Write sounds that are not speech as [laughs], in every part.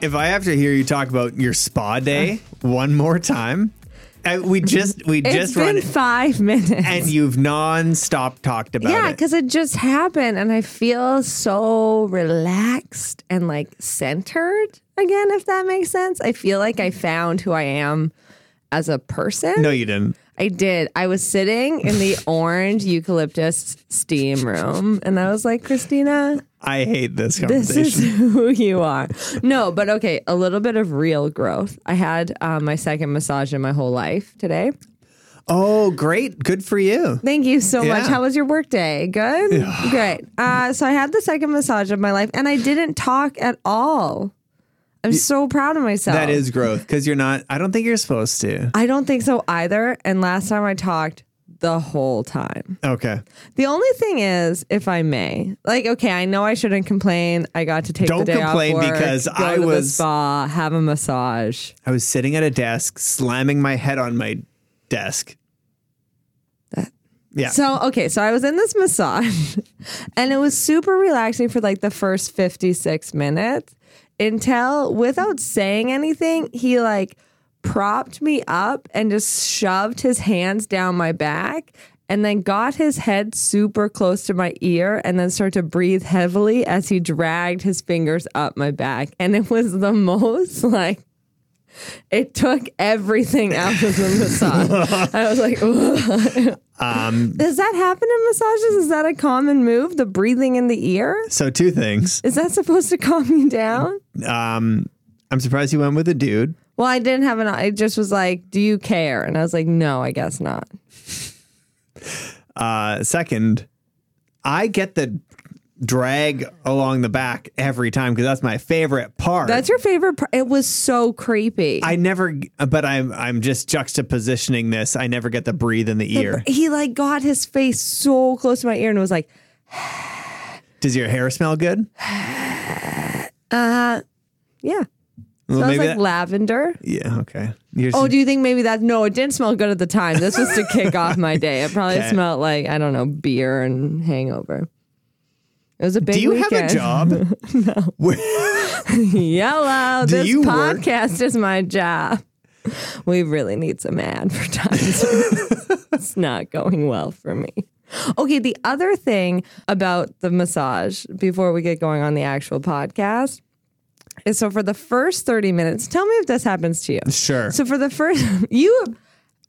if I have to hear you talk about your spa day one more time, I, we just we Mm-hmm. It's just run been it, five minutes. and you've non-stop talked about yeah, it. because it just happened, and I feel so relaxed and like centered again. If that makes sense, I feel like I found who I am as a person. No, you didn't. I did. I was sitting [laughs] in the orange eucalyptus steam room, and I was like, Christina, I hate this this conversation. is [laughs] who you are. No, but okay, a little bit of real growth. I had uh, my second massage in my whole life today. oh, great. Good for you. Thank you so Yeah. much. How was your work day? Good? Great. Uh, so I had the second massage of my life, and I didn't talk at all. I'm so proud of myself. That is growth because you're not, I don't think you're supposed to. I don't think so either. And last time I talked, the whole time. Okay. The only thing is, if I may, like, okay, I know I shouldn't complain. I got to take Don't the day complain off work, because go I to was- the spa, have a massage. I was sitting at a desk, slamming my head on my desk. That. Yeah. So okay, so I was in this massage, [laughs] and it was super relaxing for like the first fifty six minutes until, without saying anything, he like propped me up and just shoved his hands down my back. And then got his head super close to my ear and then started to breathe heavily as he dragged his fingers up my back. And it was the [laughs] most like, it took everything out of the massage. I was like, does that happen in massages? Is that a common move? The breathing in the ear? so two things. Is that supposed to [laughs] calm you down? I'm surprised you went with a dude. Well, I didn't have an. I just was like, "Do you care?" And I was like, "No, I guess not." Uh, second, I get the drag along the back every time because that's my favorite part. That's your favorite. Part. It was so creepy. I never, but I'm I'm just juxtapositioning this. I never get the breathe in the ear. he like got his face so close to my ear and was like, Does your hair smell good? "Yeah." Well, Smells maybe like that- lavender. yeah. Okay. Yours Oh, do you think maybe that? No, it didn't smell good at the time. This was to kick off my day. It probably Okay. smelled like I don't know beer and hangover. It was a big. Do you have weekend. a job? [laughs] no. Yellow. Do this you work- podcast is my job. We really need some advertising. [laughs] it's not going well for me. Okay, the other thing about the massage before we get going on the actual podcast is so for the first 30 minutes, tell me if this happens to you. sure. So for the first [laughs] you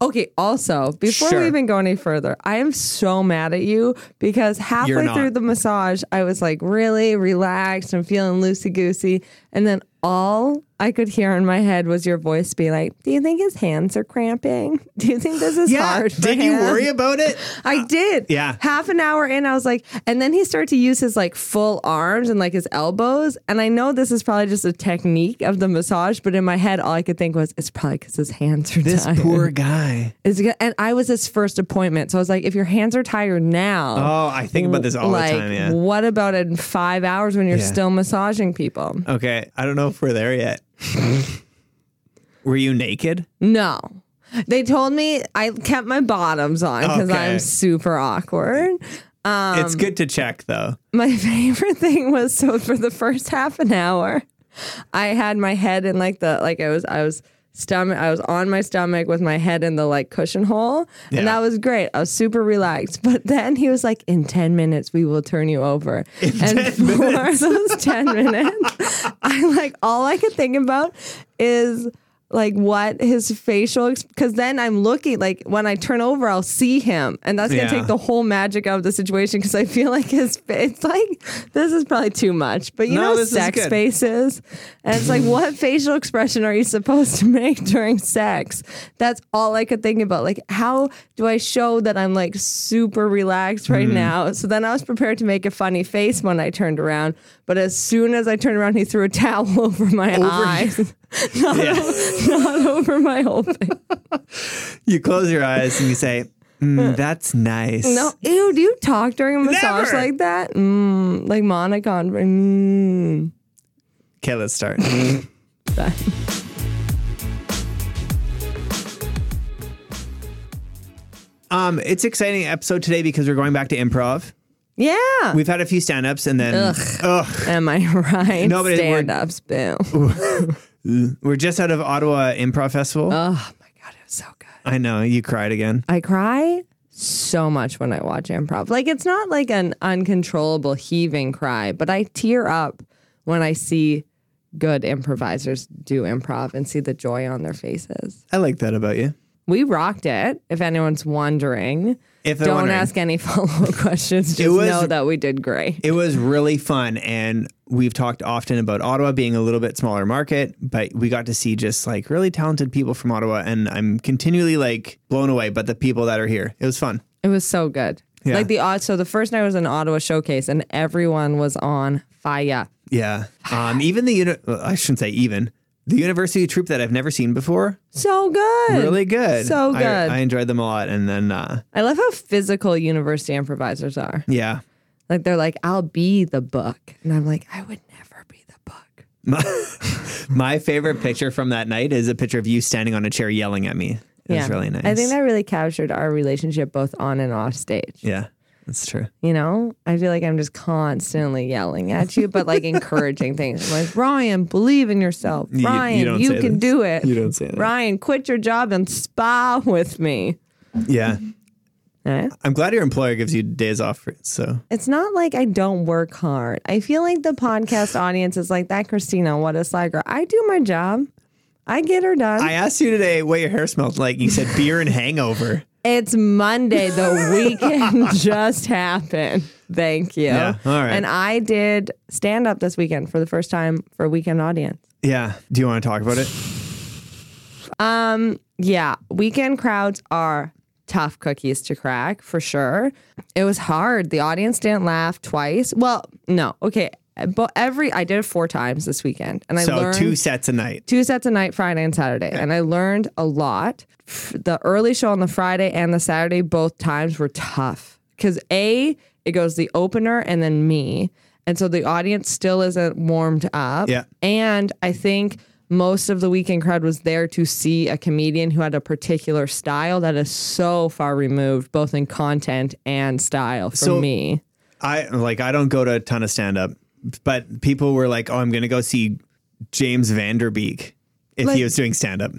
Okay, also, before Sure. we even go any further, I am so mad at you because halfway not. through the massage, I was like really relaxed and feeling loosey goosey. And then all I could hear in my head was your voice be like, Do you think his hands are cramping? [laughs] Do you think this is yeah. hard? For Did you him?" worry about it? I did. Uh, yeah. Half an hour in, I was like, and then he started to use his like full arms and like his elbows. And I know this is probably just a technique of the massage, but in my head, all I could think was, it's probably because his hands are This tired. poor guy. [laughs] It's go- and I was his first appointment. So I was like, if your hands are tired now, Oh, I think about this all like, the time. Yeah. what about in five hours when you're Yeah. still massaging people? Okay, I don't know if we're there [laughs] yet. Were you naked? No. They told me I kept my bottoms on because Okay. I'm super awkward. it's Um, good to check though. My [laughs] favorite thing was so for the first half an hour, I had my head in like the like I was I was stomach I was on my stomach with my head in the like cushion hole. Yeah. And that was great. I was super relaxed. But then he was like, in ten minutes we will turn you over. and 10 for [laughs] those ten minutes, I like all I could think about is like what his facial because then I'm looking like when I turn over I'll see him and that's gonna Yeah. take the whole magic out of the situation because I feel like his fa- it's like this is probably too much but you No, know this is sex good. faces and it's [laughs] like what facial expression are you supposed to make during sex that's all I could think about like how do I show that I'm like super relaxed Mm-hmm. right now so then I was prepared to make a funny face when I turned around but as soon as I turned around he threw a towel [laughs] over my eyes [laughs] not, Yeah. o- not over my [laughs] whole face You close your eyes and you say, "Mm, "That's nice." Uh, No, ew, do you talk during a massage Never. like that? Mm, like Monica on. Mm. Okay, let's start. [laughs] Bye. um, it's exciting episode today because we're going back to improv. Yeah. We've had a few stand ups and then ugh, Am I [laughs] right? No, but it- we're- stand ups. Boom. Oh we're just out of Ottawa Improv Festival. my god, it was so good. I know you cried again. I cry so much when I watch improv. Like it's not like an uncontrollable heaving cry, but I tear up when I see good improvisers do improv and see the joy on their faces. I like that about you. We rocked it. If anyone's wondering, If they're don't wondering. ask any [laughs] follow up questions. Just was- know that we did great. It was really fun. And we've talked often about Ottawa being a little bit smaller market, but we got to see just like really talented people from Ottawa. And I'm continually like blown away by the people that are here. It was fun. It was so good. Yeah. Like the odd. So the first night was an Ottawa showcase, and everyone was on fire. Yeah. Um, even the, uni- well, I shouldn't say even, the university troupe that I've never seen before, So good. really good. So I- good. I, I, enjoyed them a lot. And then, uh, love how physical university improvisers are. yeah. [laughs] Like they're like, I'll be the book, and I'm like, I would never be the book. My, my favorite picture from that night is a picture of you standing on a chair yelling at me. It was really nice. I think that really captured our relationship both on and off stage. yeah, that's true. You know, I feel like I'm just constantly yelling at you, but like encouraging things. I'm like, Ryan, believe in yourself. you Ryan, you, don't say can this. do it. You don't say that. Ryan, quit your job and spa with me. Yeah. Eh? I'm glad your employer gives you days off. For, so It's not like I don't work hard. I feel like the podcast audience is like that, Christina, what a slacker. I do my job. I get her done. I asked you today what your hair smelled like. You said beer and hangover. it's Monday. [laughs] The weekend just happened. Thank you. Yeah, all right. And I did stand up this weekend for the first time for a weekend audience. Yeah. Do you want to talk about it? Yeah, weekend crowds are tough cookies to crack for sure. It was hard. The audience didn't laugh twice. Well, no, okay, but every I did it four times this weekend, and I so learned two sets a night. two sets a night, Friday and Saturday, and I learned a lot. F- The early show on the Friday and the Saturday, both times were tough because a it goes the opener and then me, and so the audience still isn't warmed up. Yeah. and I think most of the weekend crowd was there to see a comedian who had a particular style that is so far removed, both in content and style, from So- me. I like I don't go to a ton of stand up, but people were like, "Oh, I'm going to go see James Vanderbeek if Like- he was doing stand up."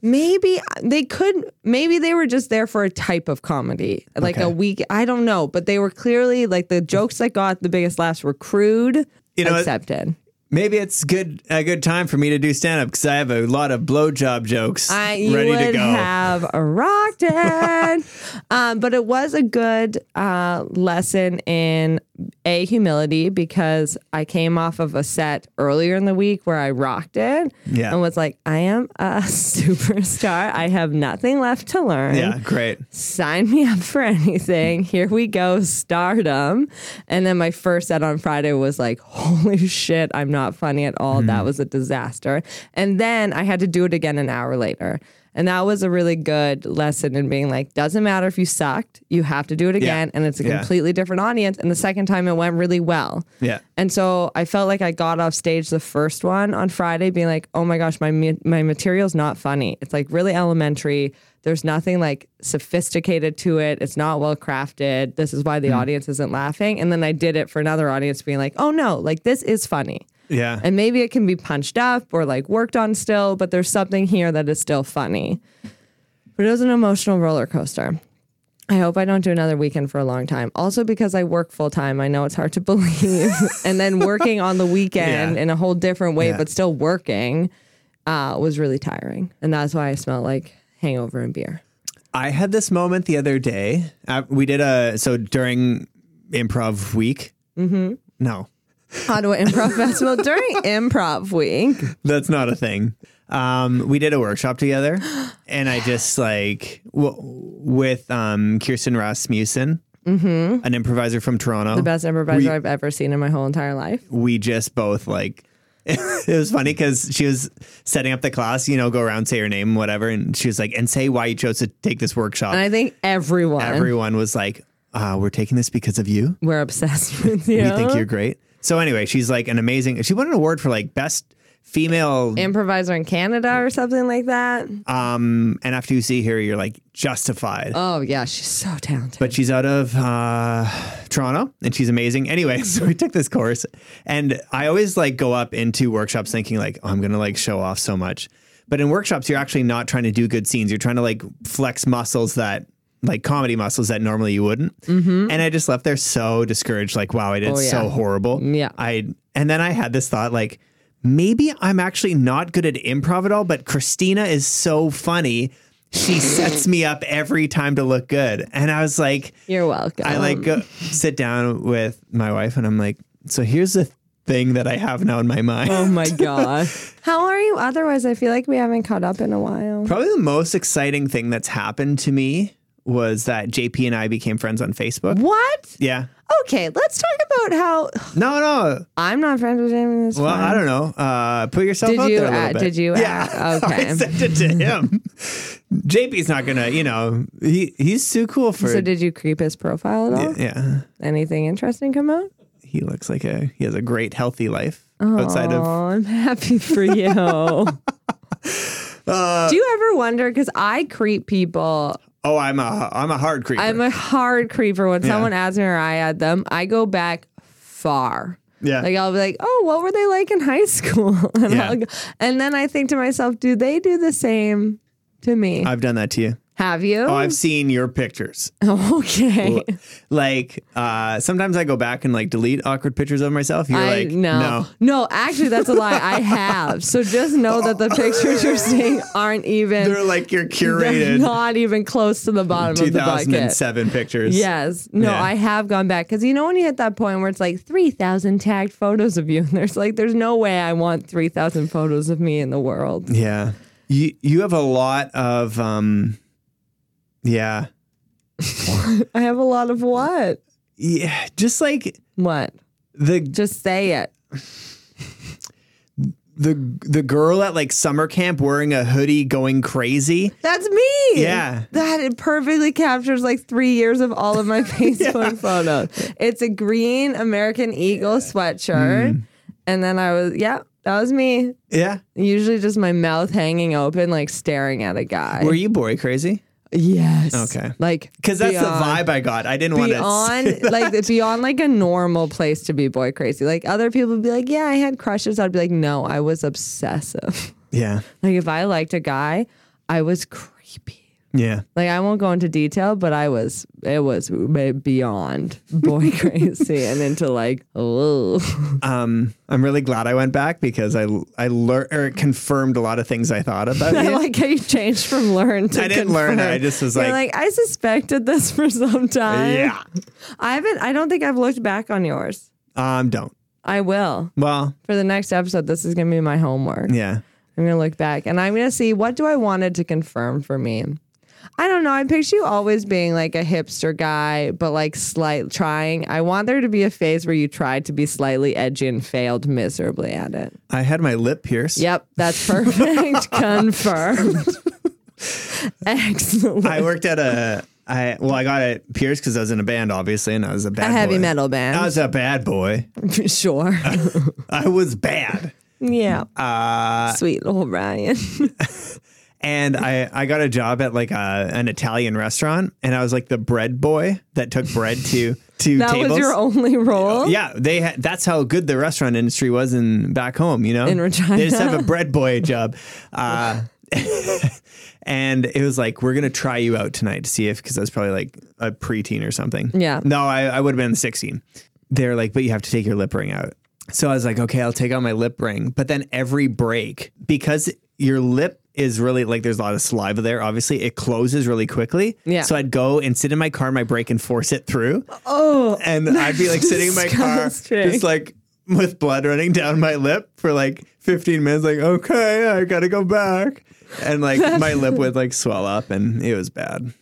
Maybe they could. Maybe they were just there for a type of comedy, like a Okay. week. I don't know, but they were clearly like the jokes that got the biggest laughs were crude, You know, accepted. Maybe it's good a good time for me to do stand up because I have a lot of blowjob jokes I you ready would to go. have rocked [laughs] it, um, but it was a good uh, lesson in a humility because I came off of a set earlier in the week where I rocked it Yeah. and was like, I am a [laughs] superstar. I have nothing left to learn. yeah, great. sign me up for [laughs] anything. Here we go, stardom. And then my first set on Friday was like, holy shit, I'm not funny at all. Hmm. That was a disaster. And then I had to do it again an hour later. And that was a really good lesson in being like, doesn't matter if you sucked, you have to do it again. And it's a Yeah. completely different audience. And the second time it went really well. Yeah. And so I felt like I got off stage the first one on Friday being like, "Oh my gosh, my ma- my material's not funny. It's like really elementary. There's nothing like sophisticated to it. It's not well crafted. This is why the audience isn't laughing." And then I did it for another audience being like, "Oh no, like this is funny." Yeah. And maybe it can be punched up or like worked on still, but there's something here that is still funny. But it was an emotional roller coaster. I hope I don't do another weekend for a long time. Also, because I work full time, I know it's hard to [laughs] believe. and then working on the weekend Yeah. in a whole different way, Yeah. but still working, uh, was really tiring. And that's why I smell like hangover and beer. I had this moment the other day. Uh, we did a so during improv week. Mm-hmm. No, Ottawa Improv [laughs] Festival during Improv Week. that's not a thing. Um, we did a workshop [gasps] together, and I just like w- with um, Kirsten Rasmussen, mm-hmm. an improviser from Toronto. The best improviser We- I've ever seen in my whole entire life. we just both like [laughs] it was funny because she was setting up the class, you know, go around, say your name, whatever, and she was like, and say why you chose to take this workshop. And I think everyone, Everyone was like, uh, we're taking this because of you. we're obsessed [laughs] with you. We think you're great. So anyway, she's like an amazing. She won an award for like best female improviser in Canada or something like that. um and after you see her you're like justified Oh yeah, she's so talented. but she's out of uh, Toronto and she's amazing. Anyway, [laughs] so we took this course and I always like go up into workshops thinking like, oh, I'm going to like show off so much. But in workshops, you're actually not trying to do good scenes. You're trying to like flex muscles that like comedy muscles that normally you wouldn't. And I just left there so discouraged. Like, wow, I did Mm-hmm. Oh, yeah. so horrible. Yeah. I, and then I had this thought like, maybe I'm actually not good at improv at all, but Christina is so funny. [laughs] She sets me up every time to look good. And I was like, You're welcome. I like go, sit down with my wife and I'm like, so here's the thing that I have now in my mind. Oh [laughs] my god. How are you otherwise? I feel like we haven't caught up in a while. Probably the most exciting thing that's happened to me was that JP and I became friends on Facebook. What? Yeah. Okay, let's talk about how [sighs] No, no. I'm not friends with Jamie. This Well, fine. I don't know. Uh, put yourself Did out you there a little add- bit. did you Yeah. [laughs] add- okay. I sent it to [laughs] him. JP's not gonna, you know, he he's too cool for. So did you creep his profile at all? yeah. Anything interesting come out? He looks like a he has a great healthy life outside Oh, of I'm happy for you. [laughs] Uh, Do you ever wonder? Because I creep people. Oh, I'm a I'm a hard creeper. I'm a hard creeper. When someone adds me or I add them, I go back far. yeah. Like I'll be like, oh, what were they like in high [laughs] school? and, Yeah. I'll go, and then I think to myself, do they do the same to me? I've done that to you. Have you? Oh, I've seen your [laughs] pictures. [laughs] okay. Like uh, sometimes I go back and like delete awkward pictures of myself. You're I like, no. no, No, actually that's a lie. [laughs] I have. So just know that the pictures you're seeing aren't even [laughs] they're like your they're curated not even close to the bottom of the bucket. 2007 pictures. Yes. No, Yeah. I have gone back because you know when you hit that point where it's like 3,000 tagged photos of you, and there's like, there's no way I want 3,000 photos of me in the world. yeah. You you have a lot of um, yeah, I have a lot of what? yeah. Just like What? the Just say it. the the girl at like summer camp wearing a hoodie going crazy. That's me. Yeah. That it perfectly captures like three years of all of my [laughs] Facebook photos. It's a green American Eagle sweatshirt. Mm. And then I was, yeah, that was me. Yeah. Usually just my mouth hanging open, like staring at a guy. Were you boy crazy? yes. Okay. Like, Because that's beyond- the vibe I got. I didn't want to. beyond [laughs] like the- beyond like a normal place to be boy crazy. Like other people would be like, yeah, I had crushes. I'd be like, no, I was obsessive. [laughs] Yeah. like if I liked a guy, I was creepy. Yeah. Like I won't go into detail, but I was it was be- beyond [laughs] boy crazy and into like [laughs] oh Um, I'm really glad I went back because I I learned or it confirmed a lot of things I thought about [laughs] I it. like how you changed from learn to I didn't learn it. confirm. I just was You're like- like I suspected this for some time. yeah. I haven't. I don't think I've looked back on yours. Um, don't. I will Well, for the next episode. This is gonna be my homework. yeah. I'm gonna look back and I'm gonna see what do I wanted to confirm for me. I don't know. I picture you always being like a hipster guy, but like slight trying. I want there to be a phase where you tried to be slightly edgy and failed miserably at it. I had my lip pierced. Yep, that's [laughs] perfect. Confirmed. Excellent. I worked at a I well, I got it pierced because I was in a band, obviously, and I was a a bad heavy boy. metal I band. was a bad boy. [laughs] sure. I was bad. [laughs] yeah. Uh, Sweet little Ryan. [laughs] And I, I got a job at like a, an Italian restaurant, and I was like the bread boy that took bread to to that tables. was your only role. Yeah, they ha- that's how good the restaurant industry was in back home. You know, In Regina. they just have a bread boy [laughs] job. Uh, [laughs] and it was like we're gonna try you out tonight to see if because I was probably like a preteen or something. Yeah. No, I, I would have been sixteen. They're like, but you have to take your lip ring out. So I was like, okay, I'll take out my lip ring. But then every break, because your lip is really like there's a lot of saliva there, obviously, it closes really quickly. Yeah. So I'd go and sit in my car in my break and force it through and [laughs] I'd be like sitting in my car, Disgusting. just like with blood running down my lip for like 15 minutes. Like, okay, I gotta go back, and [laughs] like my lip would like swell up, and it was bad.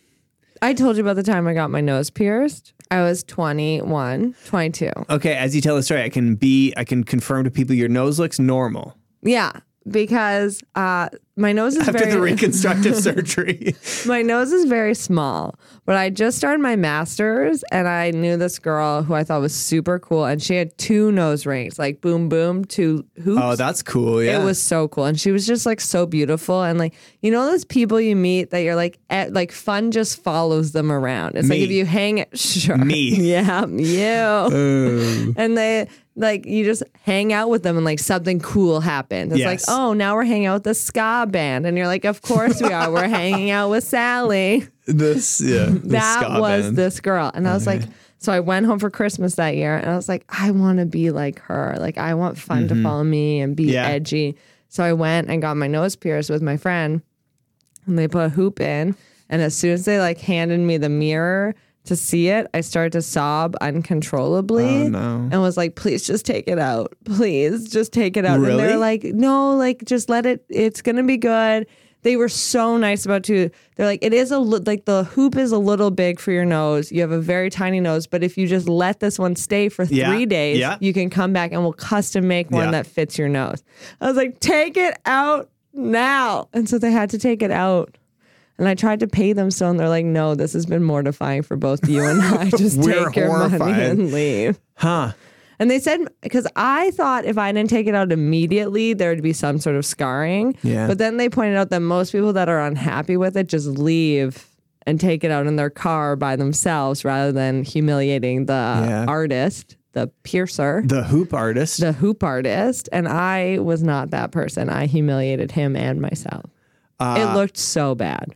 I told you about the time I got my nose pierced. I was 21, 22. Okay, as you tell the story, I can be, I can confirm to people your nose looks normal. Yeah, because uh, my nose is after very [laughs] the reconstructive surgery. my nose is very small, but I just started my master's and I knew this girl who I thought was super cool and she had two nose rings, like boom boom, two hoops. [laughs] Oh, that's cool. Yeah. It was so cool. And she was just like so beautiful. And like, you know, those people you meet that you're like, eh, like fun just follows them around. It's like Me. if you hang it, [laughs] sure. Me. [laughs] Yeah, you. Oh. and they, like, you just hang out with them and like something cool happened. It's Yes. like, oh, now we're hanging out with the ska band. And you're like, of course we are. we're hanging out with Sally. this yeah. [laughs] the That ska was band. this girl. And I [laughs] was like, so I went home for Christmas that year and I was like, I want to be like her. Like, I want fun to follow me and be Mm-hmm. Yeah. edgy. So I went and got my nose pierced with my friend and they put a hoop in. And as soon as they like handed me the mirror to see it, I started to sob uncontrollably Oh, no. and was like, please just take it out. Please just take it out. And Really? they're like, no, like just let it, it's going to be good. They were so nice about too. They're like, it is a li- like the hoop is a little big for your nose. You have a very tiny nose, but if you just let this one stay for Yeah. three days, Yeah. you can come back and we'll custom make one Yeah. that fits your nose. I was like, take it out now, and so they had to take it out. And I tried to pay them still, and they're like, "No, this has been mortifying for both you [laughs] and I. Just We're take your money horrified. and leave." Huh. And they said because I thought if I didn't take it out immediately, there would be some sort of scarring. Yeah. But then they pointed out that most people that are unhappy with it just leave and take it out in their car by themselves rather than humiliating the Yeah. artist, the piercer, The hoop artist. the hoop artist. And I was not that person. I humiliated him and myself. Uh, it looked so bad.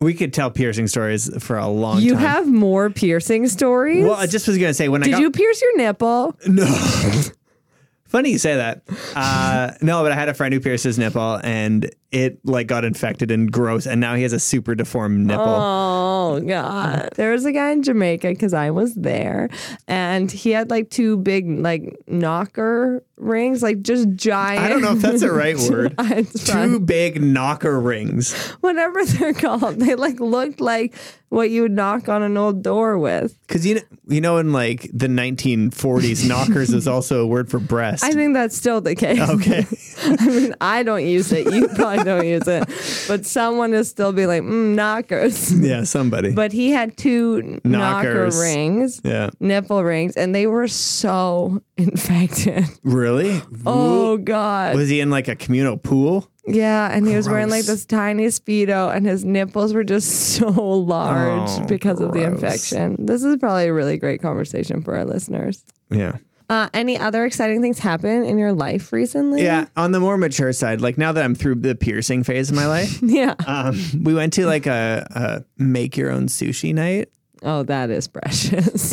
we could tell piercing stories for a long You time. have more piercing stories. well, I just was gonna say when I Did got you pierce your nipple? No. [laughs] Funny you say that. Uh, no, but I had a friend who pierced his nipple and it like got infected and gross, and now he has a super deformed nipple. Oh god. There was a guy in Jamaica because I was there, and he had like two big like knocker rings, like just giant. I don't know if that's the [laughs] right word. It's Two fun. big knocker rings Whatever they're called, they like looked like what you would knock on an old door with. because you know, you know in like the [laughs] 1940s, knockers is also a word for breast. I think that's still the case. [laughs] okay, [laughs] I mean, I don't use it. You probably don't use it, but someone is still be like [laughs] mm, knockers. yeah, somebody. But he had two knocker Knockers. rings. yeah, nipple rings and they were so [laughs] infected. really? Oh god. Was he in like a communal pool? yeah, and he was wearing like gross. this tiny speedo and his nipples were just [laughs] so large Oh, because of the gross. infection. This is probably a really great conversation for our listeners. Yeah. Uh, any other exciting things happen in your life recently? Yeah. On the more mature side, like now that I'm through the piercing phase of my life, [laughs] Yeah. um, we went to like a, a make your own sushi night. Oh, that is precious.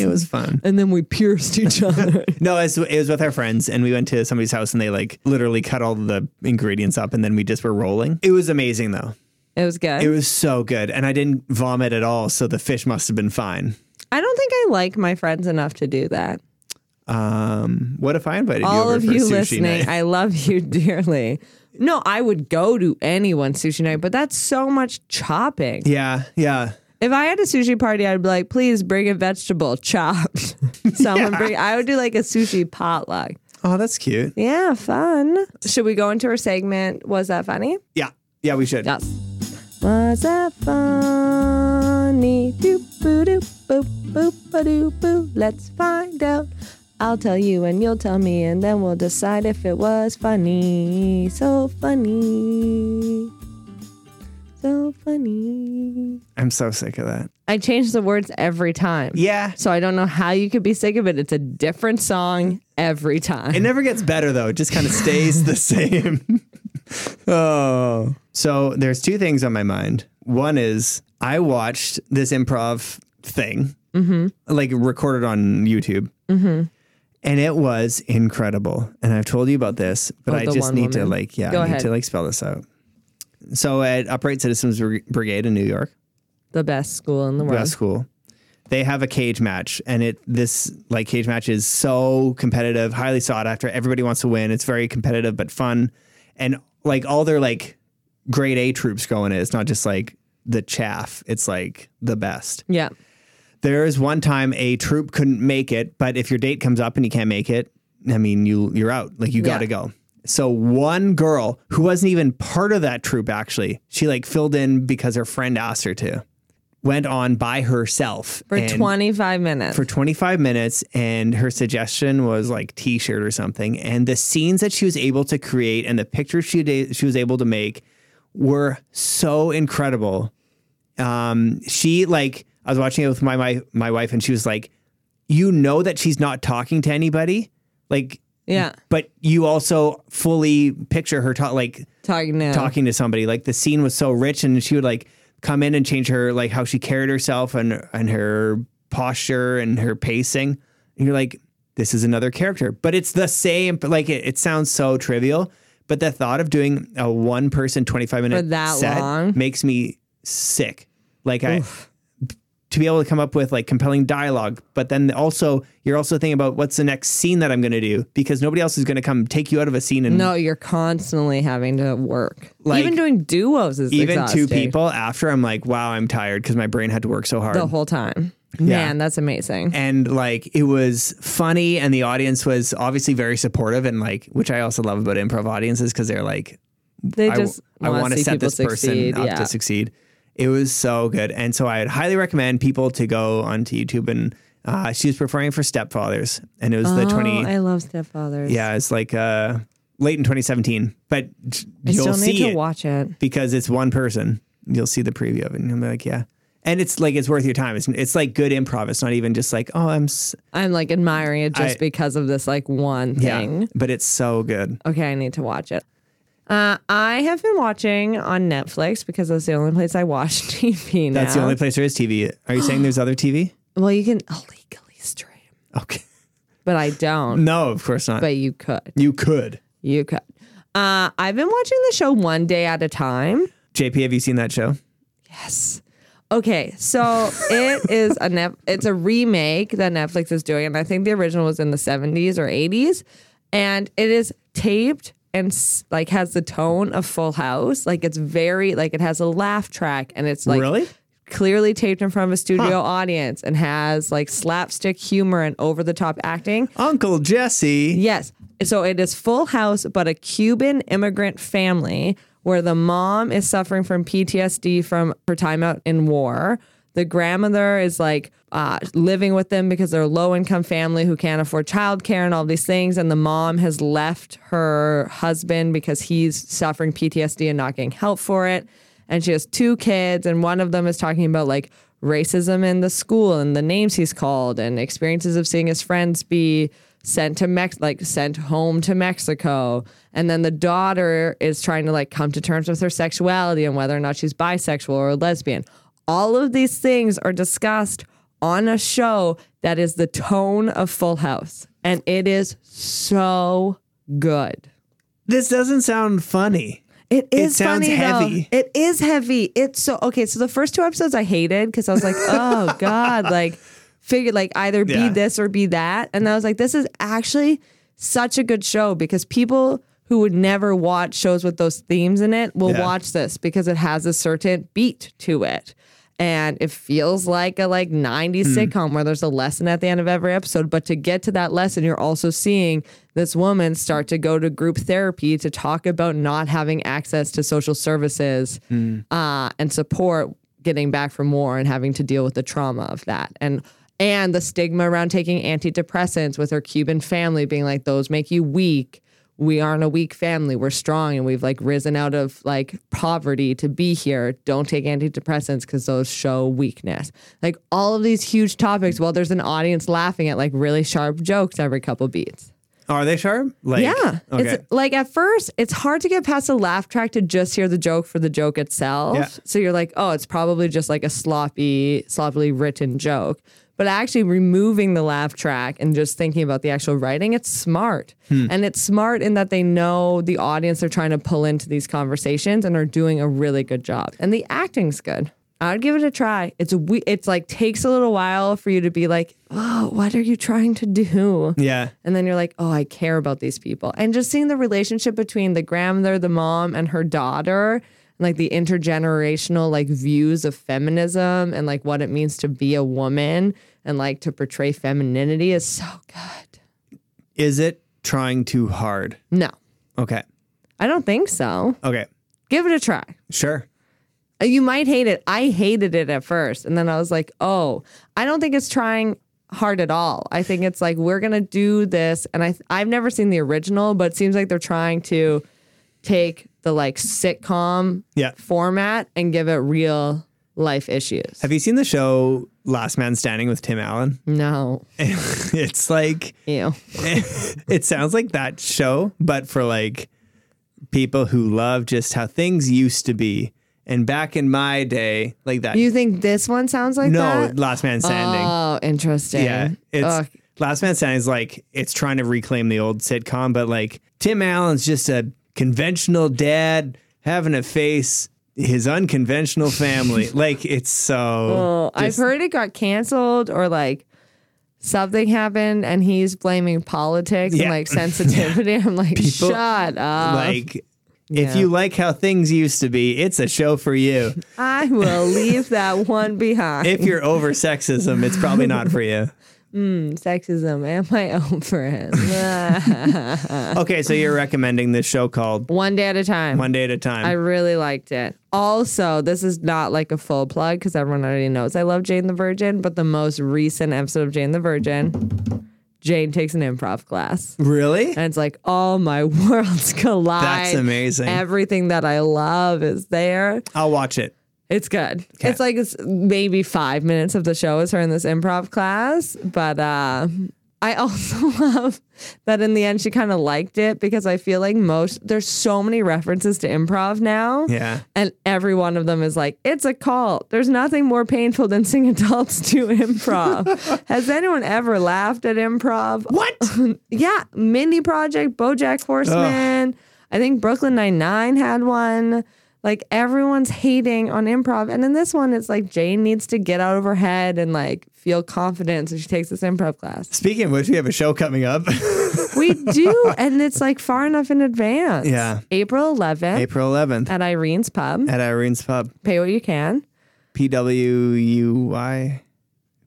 [laughs] It was fun. and then we pierced [laughs] each other. No, it was, it was with our friends, and we went to somebody's house, and they like literally cut all the ingredients up, and then we just were rolling. It was amazing, though. it was good. It was so good, and I didn't vomit at all, so the fish must have been fine. I don't think I like my friends enough to do that. Um, what if I invited you all over of for you sushi listening, night? I love you dearly. No, I would go to anyone's sushi night, but that's so much chopping. yeah, yeah. If I had a sushi party, I'd be like, please bring a vegetable chopped. [laughs] Someone bring, I would do like a sushi potluck. Oh, that's cute. Yeah, fun. Should we go into our segment? Was that funny? Yeah, yeah. We should. Yes. Was that funny? Doop boo doop boop boop ba doo boo. Let's find out. I'll tell you and you'll tell me, and then we'll decide if it was funny. So funny. So funny. I'm so sick of that. I change the words every time. Yeah, So I don't know how you could be sick of it. It's a different song every time. It never gets better though. It just kind of stays the same. [laughs] oh. So there's two things on my mind. One is I watched this improv thing, Mm-hmm. like recorded on YouTube. And it was incredible. And I've told you about this, but Oh, I the just one need to woman. like, yeah, Go I need ahead. to like spell this out. So at Upright Citizens Brig- Brigade in New York, the best school in the world. that's cool. They have a cage match, and it this like cage match is so competitive, highly sought after. Everybody wants to win. It's very competitive but fun, and like all their like grade A troops go in it. It's not just like the chaff. It's like the best. Yeah. There is one time a troop couldn't make it, but if your date comes up and you can't make it, I mean you you're out. Like you Yeah. got to go. So one girl who wasn't even part of that troop actually, she like filled in because her friend asked her to, went on by herself for and- 25 minutes. for 25 minutes and her suggestion was like t-shirt or something and the scenes that she was able to create and the pictures she da- she was able to make were so incredible um she like I was watching it with my my my wife and she was like you know that she's not talking to anybody like yeah, but you also fully picture her ta- like talking now. talking to somebody. Like the scene was so rich, and she would like come in and change her like how she carried herself and and her posture and her pacing. And you're like, this is another character, but it's the same. But like it, it sounds so trivial, but the thought of doing a one person 25 minute For that set long? makes me sick. Like I. To be able to come up with like compelling dialogue, but then also you're also thinking about what's the next scene that I'm going to do because nobody else is going to come take you out of a scene and No, you're constantly having to work. Like, even doing duos is even exhausting two people after i'm like wow i'm tired because my brain had to work so hard the whole time. Man, that's amazing. and like it was funny and the audience was obviously very supportive and like which i also love about improv audiences because they're like They i, just want want to to see set people this succeed. person up yeah. to succeed it was so good and so i would highly recommend people to go onto youtube and uh, she was performing for stepfathers and it was the Oh, 20 I love stepfathers. yeah it's like uh late in 2017 but I you'll still see need to it. watch it. because it's one person. You'll see the preview of it, and you'll be like, yeah. And it's like it's worth your time. It's it's like good improv. It's not even just like oh I'm s- I'm like admiring it just I- because of this like one thing. yeah, but it's so good. Okay, I need to watch it. Uh, I have been watching on Netflix because that's the only place I watch [laughs] TV now. That's the only place there is TV. Are you saying there's other TV? Well, you can illegally stream, [laughs] Okay, but I don't. no, of course not. But you could. you could. You could. Uh, I've been watching the show one day at a time. JP, have you seen that show? Yes. Okay, so it is a Nef- it's a remake that Netflix is doing, and I think the original was in the seventies or eighties, and it is taped and s- like has the tone of Full House, like it's very like it has a laugh track, and it's like really? clearly taped in front of a studio audience, and has like slapstick humor and over the top acting. Uncle Jesse. Yes. So it is Full House, but a Cuban immigrant family where the mom is suffering from PTSD from her time out in war. The grandmother is like uh, living with them because they're a low income family who can't afford childcare and all these things. And the mom has left her husband because he's suffering PTSD and not getting help for it. And she has two kids, and one of them is talking about like racism in the school and the names he's called and experiences of seeing his friends be sent to Mex like sent home to Mexico and then the daughter is trying to like come to terms with her sexuality and whether or not she's bisexual or lesbian all of these things are discussed on a show that is the tone of Full House and it is so good This doesn't sound funny. it is sounds funny though. heavy. It is heavy. It's so okay. So the first two episodes I hated because I [laughs] was like, oh god, like figured like either be Yeah. this or be that, and I was like, this is actually such a good show because people who would never watch shows with those themes in it will Yeah. watch this because it has a certain beat to it. And it feels like a like 90s Hmm. sitcom where there's a lesson at the end of every episode. But to get to that lesson, you're also seeing this woman start to go to group therapy to talk about not having access to social services Hmm. uh, and support getting back from war and having to deal with the trauma of that. And and the stigma around taking antidepressants with her Cuban family being like, those make you weak we aren't a weak family. We're strong and we've like risen out of like poverty to be here. Don't take antidepressants because those show weakness. Like all of these huge topics while there's an audience laughing at like really sharp jokes every couple beats. Are they sharp? Like Yeah. Okay. It's like at first, it's hard to get past the laugh track to just hear the joke for the joke itself. Yeah. So you're like, oh, it's probably just like a sloppy, sloppily written joke. But actually removing the laugh track and just thinking about the actual writing, it's smart. Hmm. And it's smart in that they know the audience they're trying to pull into these conversations and are doing a really good job. And the acting's good. I'd give it a try. It's a we- it's like takes a little while for you to be like, oh, what are you trying to do? yeah. And then you're like, oh, I care about these people. And just seeing the relationship between the grandmother, the mom, and her daughter, and like the intergenerational like views of feminism and like what it means to be a woman and like to portray femininity is so good. Is it trying too hard? No. Okay. I don't think so. Okay. Give it a try. Sure. Uh, You might hate it. I hated it at first. And then I was like, oh, I don't think it's trying hard at all. I think it's like, we're going to do this. And I, I've never seen the original, but it seems like they're trying to take the like sitcom Yeah. format and give it real life issues. Have you seen the show Last Man Standing with Tim Allen? [laughs] No. it's like Ew. it sounds like that show, but for like people who love just how things used to be. And back in my day, like that. You think this one sounds like no, that? Last Man Standing. Oh, interesting. yeah, it's Ugh. Last Man Standing is like it's trying to reclaim the old sitcom, but like Tim Allen's just a conventional dad having to face his unconventional [laughs] family. like it's so. Well, I've heard it got canceled or like something happened and he's blaming politics Yeah. [laughs] and like sensitivity. I'm like, People- shut up. like if Yeah. you like how things used to be, it's a show for you. I will [laughs] leave that one behind. if you're over sexism, it's probably not for you. Sexism, am I [laughs] over it? Okay, so you're recommending this show called one day at a time. One Day at a I Time. really liked it. Also, this is not like a full plug because everyone already knows I love Jane the Virgin, but the most recent episode of Jane the Virgin, Jane takes an improv class. really? And it's like all my [laughs] worlds collide. That's amazing. Everything that I love is there. I'll watch it. It's good. It's like it's maybe five minutes of the show is her in this improv class. But uh, I [laughs] also love that in the end she kind of liked it because I feel like most there's so many references to improv now. Yeah. And every one of them is like, it's a cult. There's nothing more painful than seeing adults [laughs] do [laughs] improv. Has anyone ever laughed at improv? What? Yeah, Mindy Project, BoJack Horseman. I think Brooklyn Nine Nine had one. Like everyone's hating on improv, and in this one, it's like Jane needs to get out of her head and like feel confident, so she takes this improv class. [laughs] [laughs] Speaking of which, we have a show coming up. We do, and it's like far enough in advance. Yeah. April 11th [laughs] April 11th at Irene's Pub. at Irene's Pub. Pay what you can. P W U Y.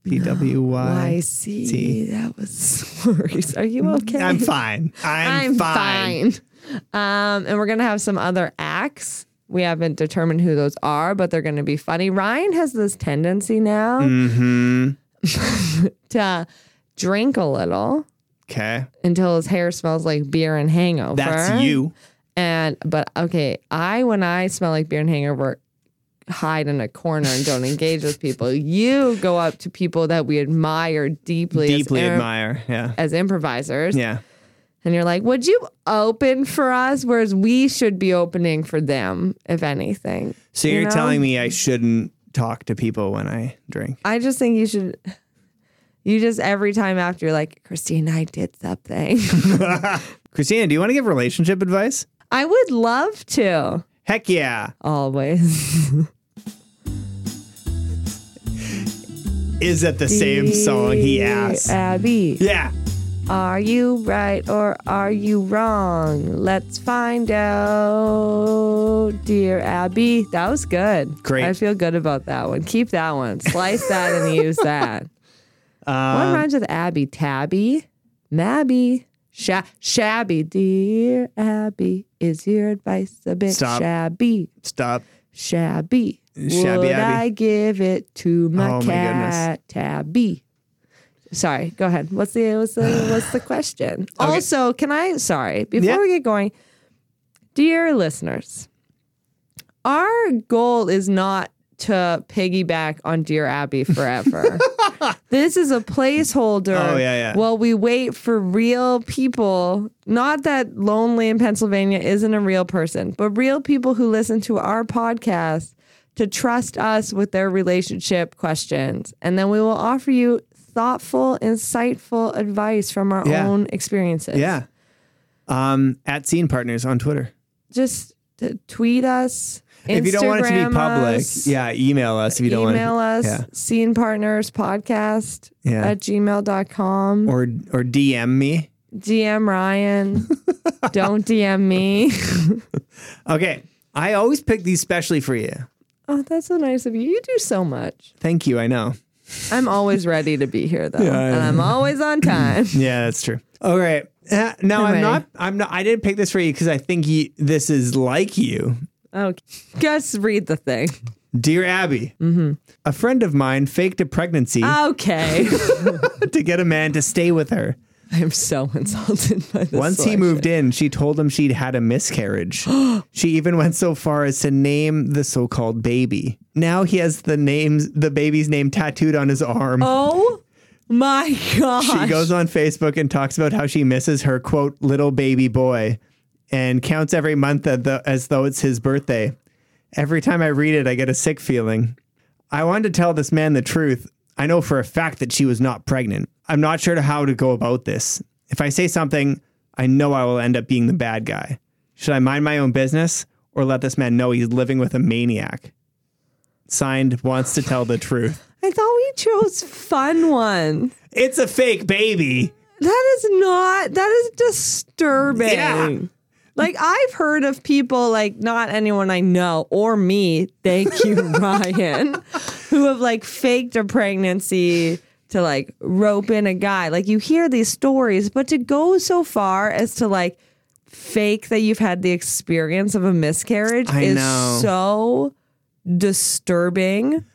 P W I Y. see. That was [laughs] slurries. Are you okay? I'm fine. I'm, fine. fine. Um, and we're gonna have some other acts. We haven't determined who those are, but they're gonna be funny. Ryan has this tendency now Mm. Mm-hmm. to drink a little Okay. until his hair smells like beer and hangover. That's you. And but okay, I when I smell like beer and hangover, hide in a corner and don't engage with people. You go up to people that we admire deeply, as Deeply im- admire. Yeah. as improvisers, Yeah. and you're like, would you open for us? Whereas we should be opening for them, if anything. So You you're know? telling me I shouldn't talk to people when I drink. I just think you should. You just every time after you're like, Christina, I did something. [laughs] Christina, do you want to give relationship advice? I would love to Heck yeah. always. Is it the same song he asks? Abby, Yeah. are you right or are you wrong? Let's find out, dear Abby. That was good. Great. I feel good about that one. Keep that one. Slice that and use [laughs] that. Um, What rhymes with Abby? Tabby, Mabby, sha- Shabby. Dear Abby, is your advice a bit Stop. shabby? Stop. Shabby. Shabby Abby. Would I give it to my Oh, my goodness. cat Tabby? Sorry, go ahead. What's the what's [sighs] the what's the question? Also, can I sorry, before Yeah. we get going, dear listeners, our goal is not to piggyback on Dear [laughs] Abby forever. this is a placeholder. Oh, yeah, yeah. While we wait for real people, not that lonely in Pennsylvania isn't a real person, but real people who listen to our podcast to trust us with their relationship questions. And then we will offer you thoughtful, insightful advice from our Yeah. own experiences. Yeah. Um, at Scene Partners on Twitter. Just t- tweet us. Instagram if you don't want it to be public, us. yeah, email us if you don't email want us yeah. scene partners podcast Yeah. at gmail.com or or DM me. [laughs] dm ryan don't dm me Okay. I always pick these specially for you. oh that's so nice of you you do so much Thank you. I know. i'm always ready to be here though I [clears throat] and i'm always on time Yeah, that's true. All right. Uh, no, I'm, ready. not. I'm not. I didn't pick this for you because I think you, this is like you. Oh, just read the thing. Dear Abby, Mm-hmm. a friend of mine faked a pregnancy Uh, Okay. [laughs] to get a man to stay with her. I'm so insulted by this. Once he selection. moved in, she told him she'd had a miscarriage. she even went so far as to name the so-called baby. Now he has the names, the baby's name tattooed on his arm. Oh my gosh. She goes on Facebook and talks about how she misses her quote little baby boy, and counts every month as, the, as though it's his birthday. Every time I read it, I get a sick feeling. I wanted to tell this man the truth. I know for a fact that she was not pregnant. I'm not sure how to go about this. If I say something, I know I will end up being the bad guy. Should I mind my own business or let this man know he's living with a maniac? Signed, wants to tell the truth. I thought we chose fun one. It's a fake baby. That is not. That is disturbing. Yeah. Like I've heard of people, like not anyone I know or me. Thank [laughs] you, Ryan, who have like faked a pregnancy to like rope in a guy. Like you hear these stories, but to go so far as to like fake that you've had the experience of a miscarriage I is know. so disturbing.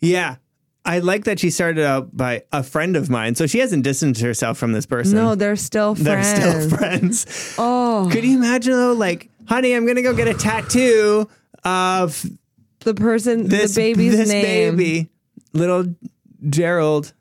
Yeah. I like that she started out by a friend of mine. So she hasn't distanced herself from this person. No, they're [laughs] still They're friends. still friends. oh, Could you imagine though, like, honey, I'm gonna go get a tattoo of the person, this the baby's this name. baby, little Gerald.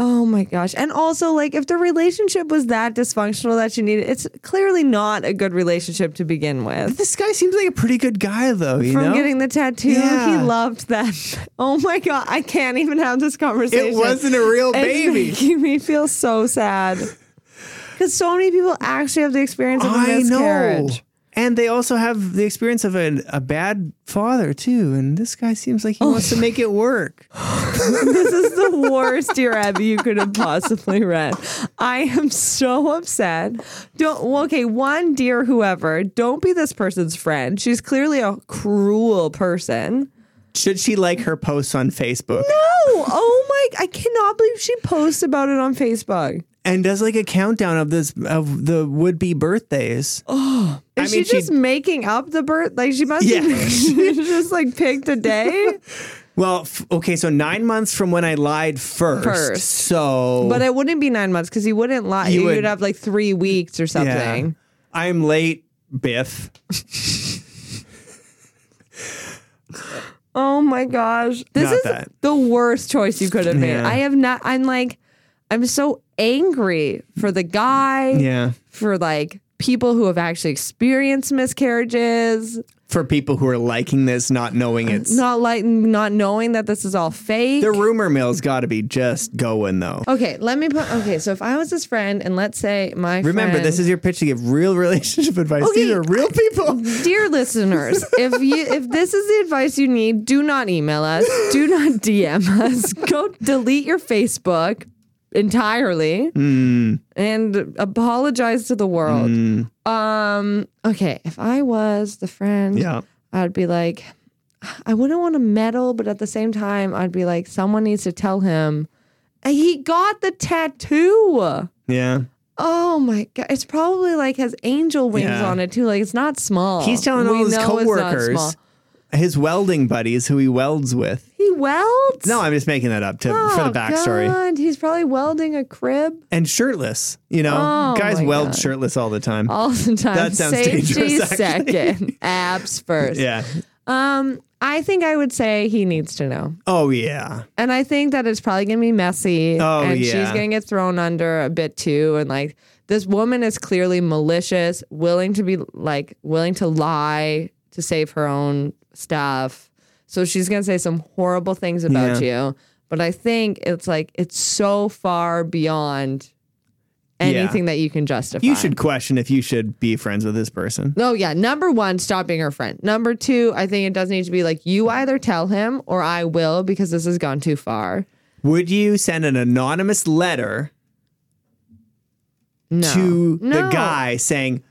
Oh my gosh. And also, like, if the relationship was that dysfunctional that you needed, it's clearly not a good relationship to begin with. This guy seems like a pretty good guy though, you From know. getting the tattoo, he Yeah. loved that. [laughs] Oh my God. I can't even have this conversation. it wasn't a real It's baby. making [laughs] me feel so sad. Because so many people actually have the experience of a I know. miscarriage. And they also have the experience of a, a bad father too. And this guy seems like he Oh. wants to make it work. This is the worst dear Abby you could have possibly read. I am so upset. Don't well, okay, one dear whoever, don't be this person's friend. She's clearly a cruel person. Should she like her posts on Facebook? Oh, oh my I cannot believe she posts about it on Facebook. and does like a countdown of this of the would be [gasps] birthdays. I Is mean, Oh, she just she- making up the birth? Like she must have Yeah. [laughs] she just like picked [laughs] a day. Well, f- okay, so nine months from when I lied first. First. so But it wouldn't be nine months because he wouldn't lie. You You would, would- have like three weeks or yeah. something. I'm late, Biff. Oh my gosh. This Not is that. the worst choice you could have made. Yeah. I have not I'm like I'm so angry for the guy, Yeah, for like people who have actually experienced miscarriages, for people who are liking this, not knowing it's not like not knowing that this is all fake. the rumor mill's got to be just going though. okay, let me put okay, so if I was his friend and let's say my Remember, friend, this is your pitch to give real [laughs] relationship advice. These Okay. are real [laughs] people. Dear listeners, if you if this is the advice you need, do not email us. Do not DM us. Go delete your Facebook entirely and apologize to the world. Um okay, if I was the friend, Yeah. I'd be like I wouldn't want to meddle, but at the same time I'd be like someone needs to tell him he got the tattoo. Yeah, Oh my god! It's probably like has angel wings Yeah. on it too. Like it's not small. he's telling We all his know it's not coworkers, small. his welding buddies, who he welds with. He welds. No, I'm just making that up to for Oh, the backstory. God. He's probably welding a crib and shirtless. You know, Oh, guys my weld God. Oh, shirtless all the time. all the time. That sounds Safety dangerous, actually. second, [laughs] abs first. Yeah. Um, I think I would say he needs to know, Oh yeah. and I think that it's probably gonna be messy. Oh, and she's yeah. gonna get thrown under a bit too, and like. This woman is clearly malicious, willing to be like willing to lie to save her own stuff. So she's going to say some horrible things about you. But I think it's like, it's so far beyond anything that you can justify. You should question if you should be friends with this person. No, yeah. Number one, stop being her friend. Number two, I think it does need to be like, you either tell him or I will because this has gone too far. Would you send an anonymous letter No. to the No. guy saying,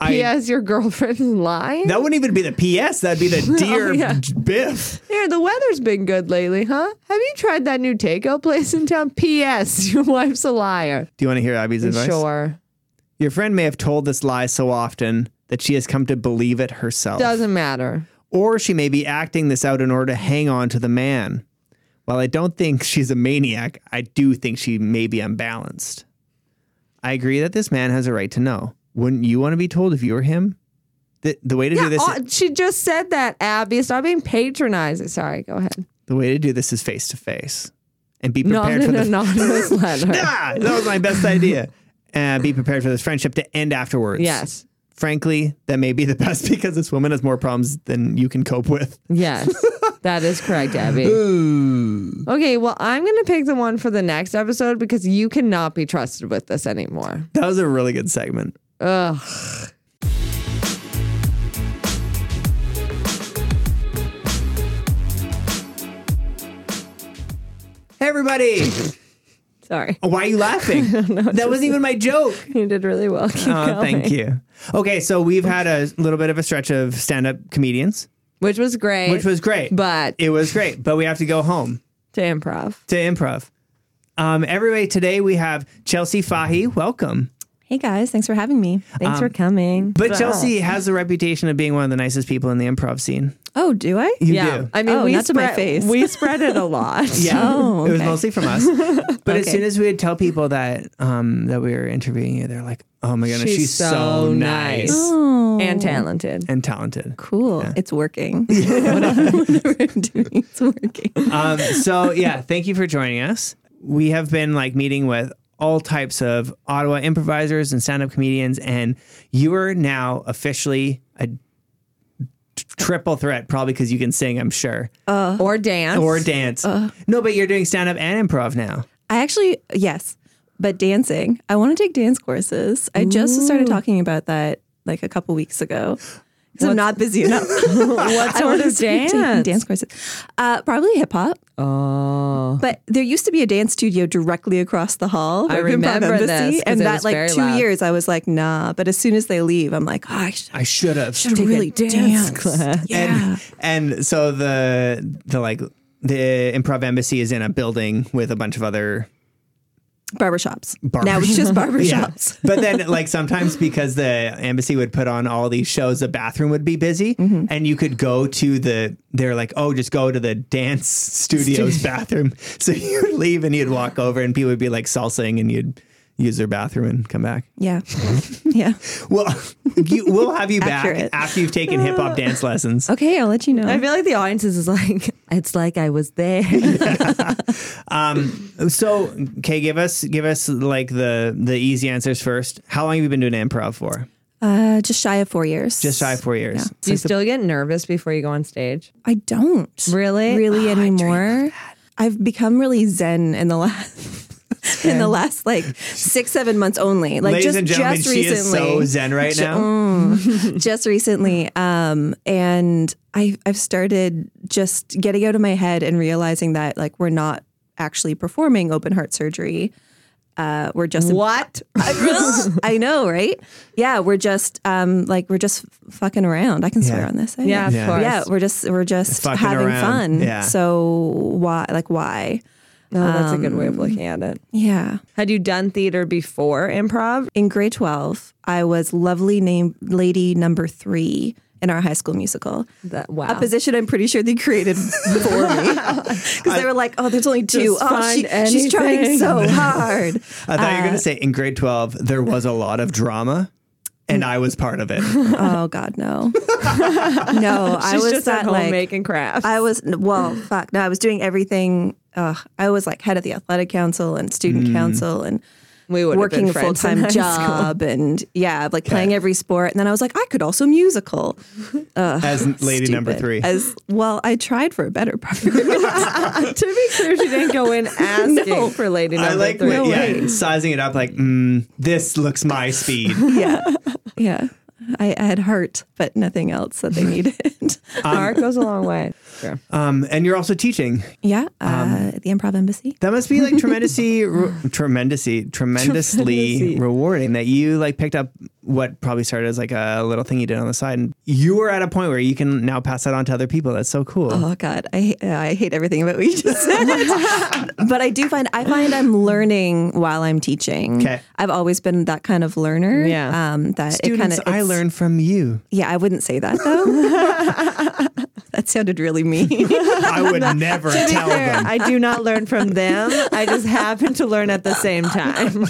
"I"? P.S. Your girlfriend's [laughs] lying? That wouldn't even be the P.S. That'd be [laughs] the dear Oh, yeah. Biff. Here, the weather's been good lately, huh? Have you tried that new takeout place in town? P.S. [laughs] Your wife's a liar. Do you want to hear Abby's advice? Sure. Your friend may have told this lie so often that she has come to believe it herself. Doesn't matter. Or she may be acting this out in order to hang on to the man. While I don't think she's a maniac, I do think she may be unbalanced. I agree that this man has a right to know. Wouldn't you want to be told if you were him? The, the way to do Yeah, uh, this aw- she just said that, Abby. Stop being patronizing. Sorry, go ahead. the way to do this is face to face. And be Not prepared an for [laughs] the anonymous letter. Ah, that was my best idea. Uh, be prepared for this friendship to end afterwards. yes. Frankly, that may be the [laughs] best because this woman has more problems than you can cope with. Yes. that is [laughs] correct, Abby. Ooh. Okay, well, I'm going to pick the one for the next episode because you cannot be trusted with this anymore. That was a really good segment. Ugh. Hey, everybody. Sorry. [laughs] Why are you laughing? that wasn't even my joke. You did really well. Keep Oh, going. thank you. Okay, so we've had a little bit of a stretch of stand up comedians, Which was great. which was great. But it was great, but we have to go home to improv. to improv. Um, everybody, today we have Chelsea Fahy. Welcome. Hey guys, thanks for having me. Um, Thanks for coming. But Chelsea has the reputation of being one of the nicest people in the improv scene. Oh, do I? You yeah. do. I mean, Oh, we, not to my spread, face. we spread it a lot. [laughs] yeah, [laughs] Oh, it was okay. mostly from us. But as Okay. soon as we would tell people that um, that we were interviewing you, they're like, "Oh my goodness, she's, She's so, so nice, nice. Oh, And talented. and talented." cool. It's [laughs] working. whatever, whatever I'm doing, it's working. Um, so yeah, thank you for joining us. We have been like meeting with all types of Ottawa improvisers and stand-up comedians, and you are now officially a t- triple threat, probably because you can sing, I'm sure, Oh. or dance. or dance. uh, no, but you're doing stand-up and improv now. I actually, yes, but dancing. I want to take dance courses. I just started talking about that like a couple weeks ago. Because I'm not busy enough. [laughs] what sort of dance? Dance courses. Uh, probably hip hop. Oh. But there used to be a dance studio directly across the hall. I of Improv remember this, 'cause and it that was like very two loud. years, I was like, nah. But as soon as they leave, I'm like, oh, I should I should have. should Take a really dance dance. class. Yeah. And and so the the like the improv embassy is in a building with a bunch of other barbershops. Barber- Now [laughs] it's just [laughs] barbershops. but then like sometimes because the embassy would put on all these shows, the bathroom would be busy Mm-hmm. and you could go to the they're like, "Oh, just go to the dance [laughs] studio's bathroom." [laughs] So you'd leave and you'd walk over and people would be like salsing and you'd use their bathroom and come back. [laughs] Yeah. Yeah. Well, [laughs] you, we'll have you back Accurate. after you've taken hip [laughs] hop dance lessons. Okay, I'll let you know. I feel like the audience is [laughs] like, it's like I [laughs] was there. So, okay, give us give us like the the easy answers first. How long have you been doing improv for? Uh, just shy of four years. Just shy of four years. Do you still get nervous before you go on stage? I don't Really? Ah, really Oh, anymore. I've become really zen in the last [laughs] in the last like six seven months only. Like Ladies just and gentlemen, just she recently. is so zen right now. [laughs] just recently um and i i've started just getting out of my head and realizing that like we're not actually performing open heart surgery uh we're [laughs] just What? [laughs] i know right yeah we're just um like we're just fucking around i can swear Yeah. on this I Yeah, of know. Yeah. course. yeah we're just we're just fucking having around. fun Yeah. so why like why No, Oh, that's a good Um, way of looking at it. yeah Had you done theater before improv? in grade 12 i was lovely name lady number three in our high school musical That, wow. a position I'm pretty sure they created for [laughs] me [laughs] because they were like, "Oh, there's only two. Just Oh, she, find she's trying anything." [laughs] so hard." I thought you Uh, were going to say in grade twelve there was a lot of drama, and I was part [laughs] of it. oh [laughs] God, no, no. I She's was just that at home like making crafts. I was [laughs] well, fuck. No, I was doing everything. Uh, I was like head of the athletic council and student Mm. council and we would working a [laughs] full time job and yeah, like playing every sport. And then I was like, I could also musical. As lady number Stupid. three, As well, I tried for a [laughs] better part. [laughs] to be clear, she didn't go in asking for lady number I like three. when- yeah, sizing it up. Like mm, this looks my [laughs] speed. yeah. Yeah. I, I had heart, but nothing [laughs] else that they needed. [laughs] Art goes a long way. Um, Sure. Um, and you're also teaching. yeah. Um, Uh, the Improv Embassy. That must [laughs] be like tremendously, re- tremendously, tremendously rewarding that you like picked up what probably started as like a little thing you did on the side. And you were at a point where you can now pass that on to other people. That's so cool. Oh God, I I hate everything about what you just said. [laughs] [laughs] but I do find I find I'm learning while I'm teaching. 'Kay. I've always been that kind of learner. Yeah. um, that Students, it kind of I learned from you. Yeah, I wouldn't say that though. [laughs] that sounded really mean. [laughs] I [laughs] would never tell Fair. them. I do not learn from them. I just happen to learn at the [laughs] same time.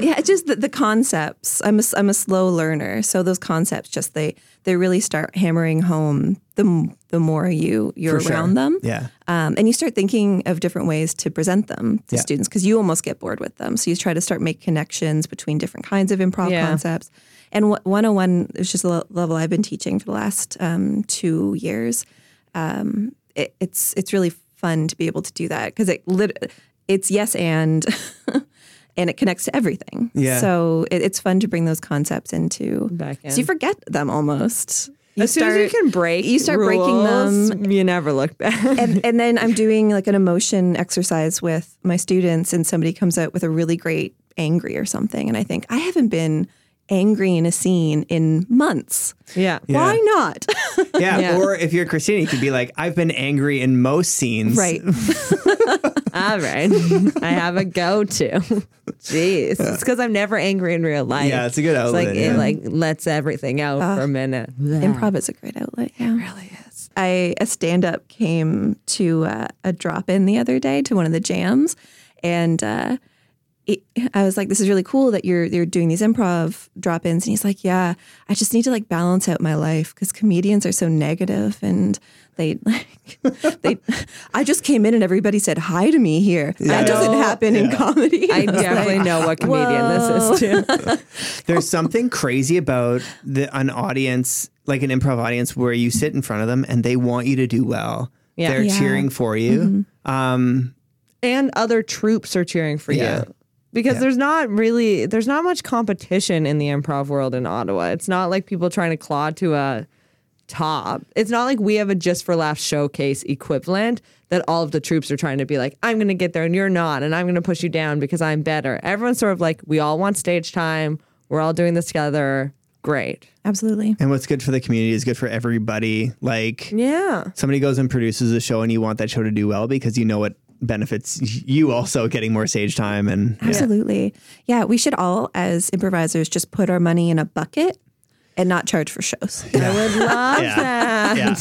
yeah, it's just the, the concepts. I'm a, s- I'm a slow learner, so those concepts just they they really start hammering home the m- the more you you're For sure. around them. Yeah. Um, and you start thinking of different ways to present them to Yeah. students because you almost get bored with them. So you try to start make connections between different kinds of improv Yeah. concepts. And what 101 is just a le- level I've been teaching for the last um, two years. Um, it, it's it's really fun to be able to do that because it lit- it's yes and [laughs] and it connects to everything. Yeah. So it, it's fun to bring those concepts into Back So you forget them almost. You as soon as you can break, you start breaking rules, You never look back. and, and then I'm doing like an emotion exercise with my students, and somebody comes out with a really great angry or something. And I think, I haven't been angry in a scene in months. [laughs] yeah. Why not? [laughs] Yeah. Yeah. Or if you're Christina, you could be like, I've been angry in most scenes. right. All right. I have a go [laughs] to. Jeez. It's because I'm never angry in real life. Yeah, it's a good outlet, It's like, yeah. It like lets everything out for a minute. Improv is a great outlet. Yeah. It really is. I, a stand up came to uh, a drop in the other day to one of the jams, and uh, it, I was like, "This is really cool that you're you're doing these improv drop ins." And he's like, "Yeah, I just need to like balance out my life because comedians are so negative and." They like [laughs] they. I just came in and everybody said hi to me here. That doesn't No. happen in comedy. [laughs] I definitely know what comedian this is too. There's something crazy about the, an audience, like an improv audience, where you sit in front of them and they want you to do well. Yeah. Mm-hmm. They're Yeah. cheering for you. Um, and other troops are cheering for Yeah. you because there's not really there's not much competition in the improv world in Ottawa. It's not like people trying to claw to a top. It's not like we have a just for laughs showcase equivalent that all of the troops are trying to be like I'm going to get there and you're not and I'm going to push you down because I'm better. Everyone's sort of like we all want stage time. We're all doing this together. Great. Absolutely. and what's good for the community is good for everybody. Like, [laughs] Yeah. somebody goes and produces a show and you want that show to do well because you know it benefits you also getting more stage time and yeah. Absolutely. Yeah. we should all, as improvisers, just put our money in a bucket and not charge for shows. [laughs] I would love Yeah. that. [laughs] Yeah.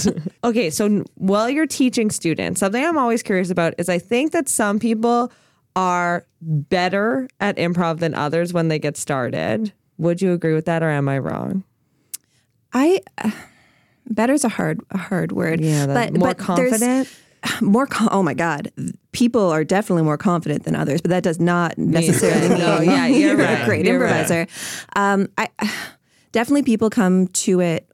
Okay, so n- while you're teaching students, something I'm always curious about is I think that some people are better at improv than others when they get started. Would you agree with that or am I wrong? I [sighs] uh, better's a hard a hard word. Yeah, that- more there's- confident? [sighs] More con- oh my god, people are definitely more confident than others, but that does not necessarily mean No, yeah, [laughs] you're right. a great You're right. improviser. Um, I [sighs] definitely people come to it.